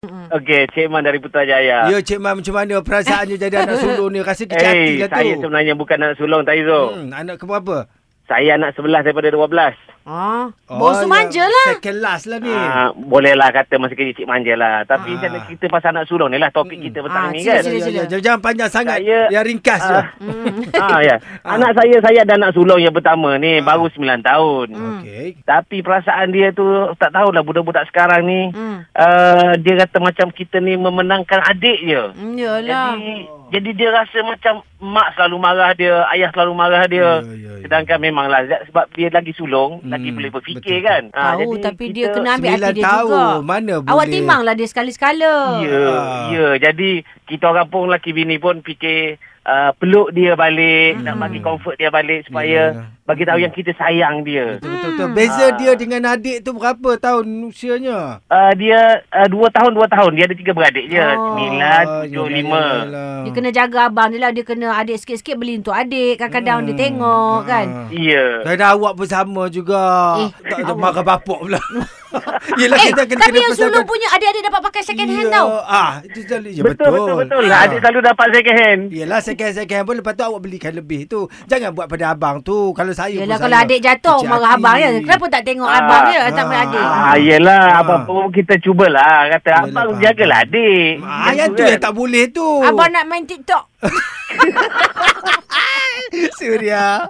Hmm. Okey, Cik Man dari Putrajaya. Ya, Cik Man macam mana perasaannya jadi anak sulung ni? Rasa kecil hati Ah. Eh, lah tu. saya sebenarnya bukan anak sulung tadi tu. Hmm. Hmm, anak ke berapa? Saya anak 11 daripada 12. Ah, Oh, bosu yang manja lah. ya, Second last lah ni. Ah, bolehlah kata masa kecil Cik manja lah. Tapi Ah. ah. kita pasal anak sulung ni lah topik Mm-mm. kita petang Ah, ni sila, kan. sila. Ya, ya, ya. Jangan panjang sangat. Saya- Yang ringkas je. Ah. ah, ya. Anak saya, saya ada anak sulung yang pertama ni. Ah. Baru 9 tahun. Hmm. Hmm. Okey. Tapi perasaan dia tu tak tahulah budak-budak sekarang ni. Hmm. Uh, dia kata macam kita ni memenangkan adik je. Hmm, Yalah. Jadi jadi dia rasa macam mak selalu marah dia, ayah selalu marah dia. Ya, ya, ya. Sedangkan memanglah za- sebab dia lagi sulung, Hmm, lagi boleh berfikir betul. kan. Ah, Tahu jadi tapi dia kena ambil Sembilan hati dia tahu, juga. mana Awak boleh. timang lah dia sekali-sekala. Ya, Ah. ya. Jadi kita orang pun laki bini pun fikir uh, peluk dia balik, nak bagi comfort dia balik supaya Hmm. Ya. bagi tahu yang kita sayang dia. Betul, betul, betul. Beza Ah. dia dengan adik tu berapa tahun usianya? Uh, dia uh, dua tahun dua tahun dia ada tiga beradik je. Oh. Sembilan, Ah, tujuh, yelah, lima. yelah. Dia kena jaga abang dia lah. Dia kena adik sikit-sikit beli untuk adik. Kadang-kadang Hmm. dia tengok kan. Ah. Ya. Kadang awak pun sama juga. Eh, tak ada marah bapak pula. Yelah Eh, kita kena tapi kena yang sulung persiapkan. punya adik-adik dapat pakai second hand tau. Ah, itu sekali je Ah. Betul, betul, betul. betul. Lah, Adik selalu dapat second hand. Yelah second second hand pun lepas tu awak belikan lebih tu. Jangan buat pada abang tu. Kalau saya Yelah pun kalau saya adik jatuh kecil marah hati. abang ya. Kenapa tak tengok Ah, abang ya? Tak boleh ah, adik. Ah, Ah. yelah. Apa pun kita cubalah. Kata, Yelah, abang faham. jagalah adik. Ah, Macam yang tu kan. yang tak boleh tu. Abang nak main TikTok. Suria.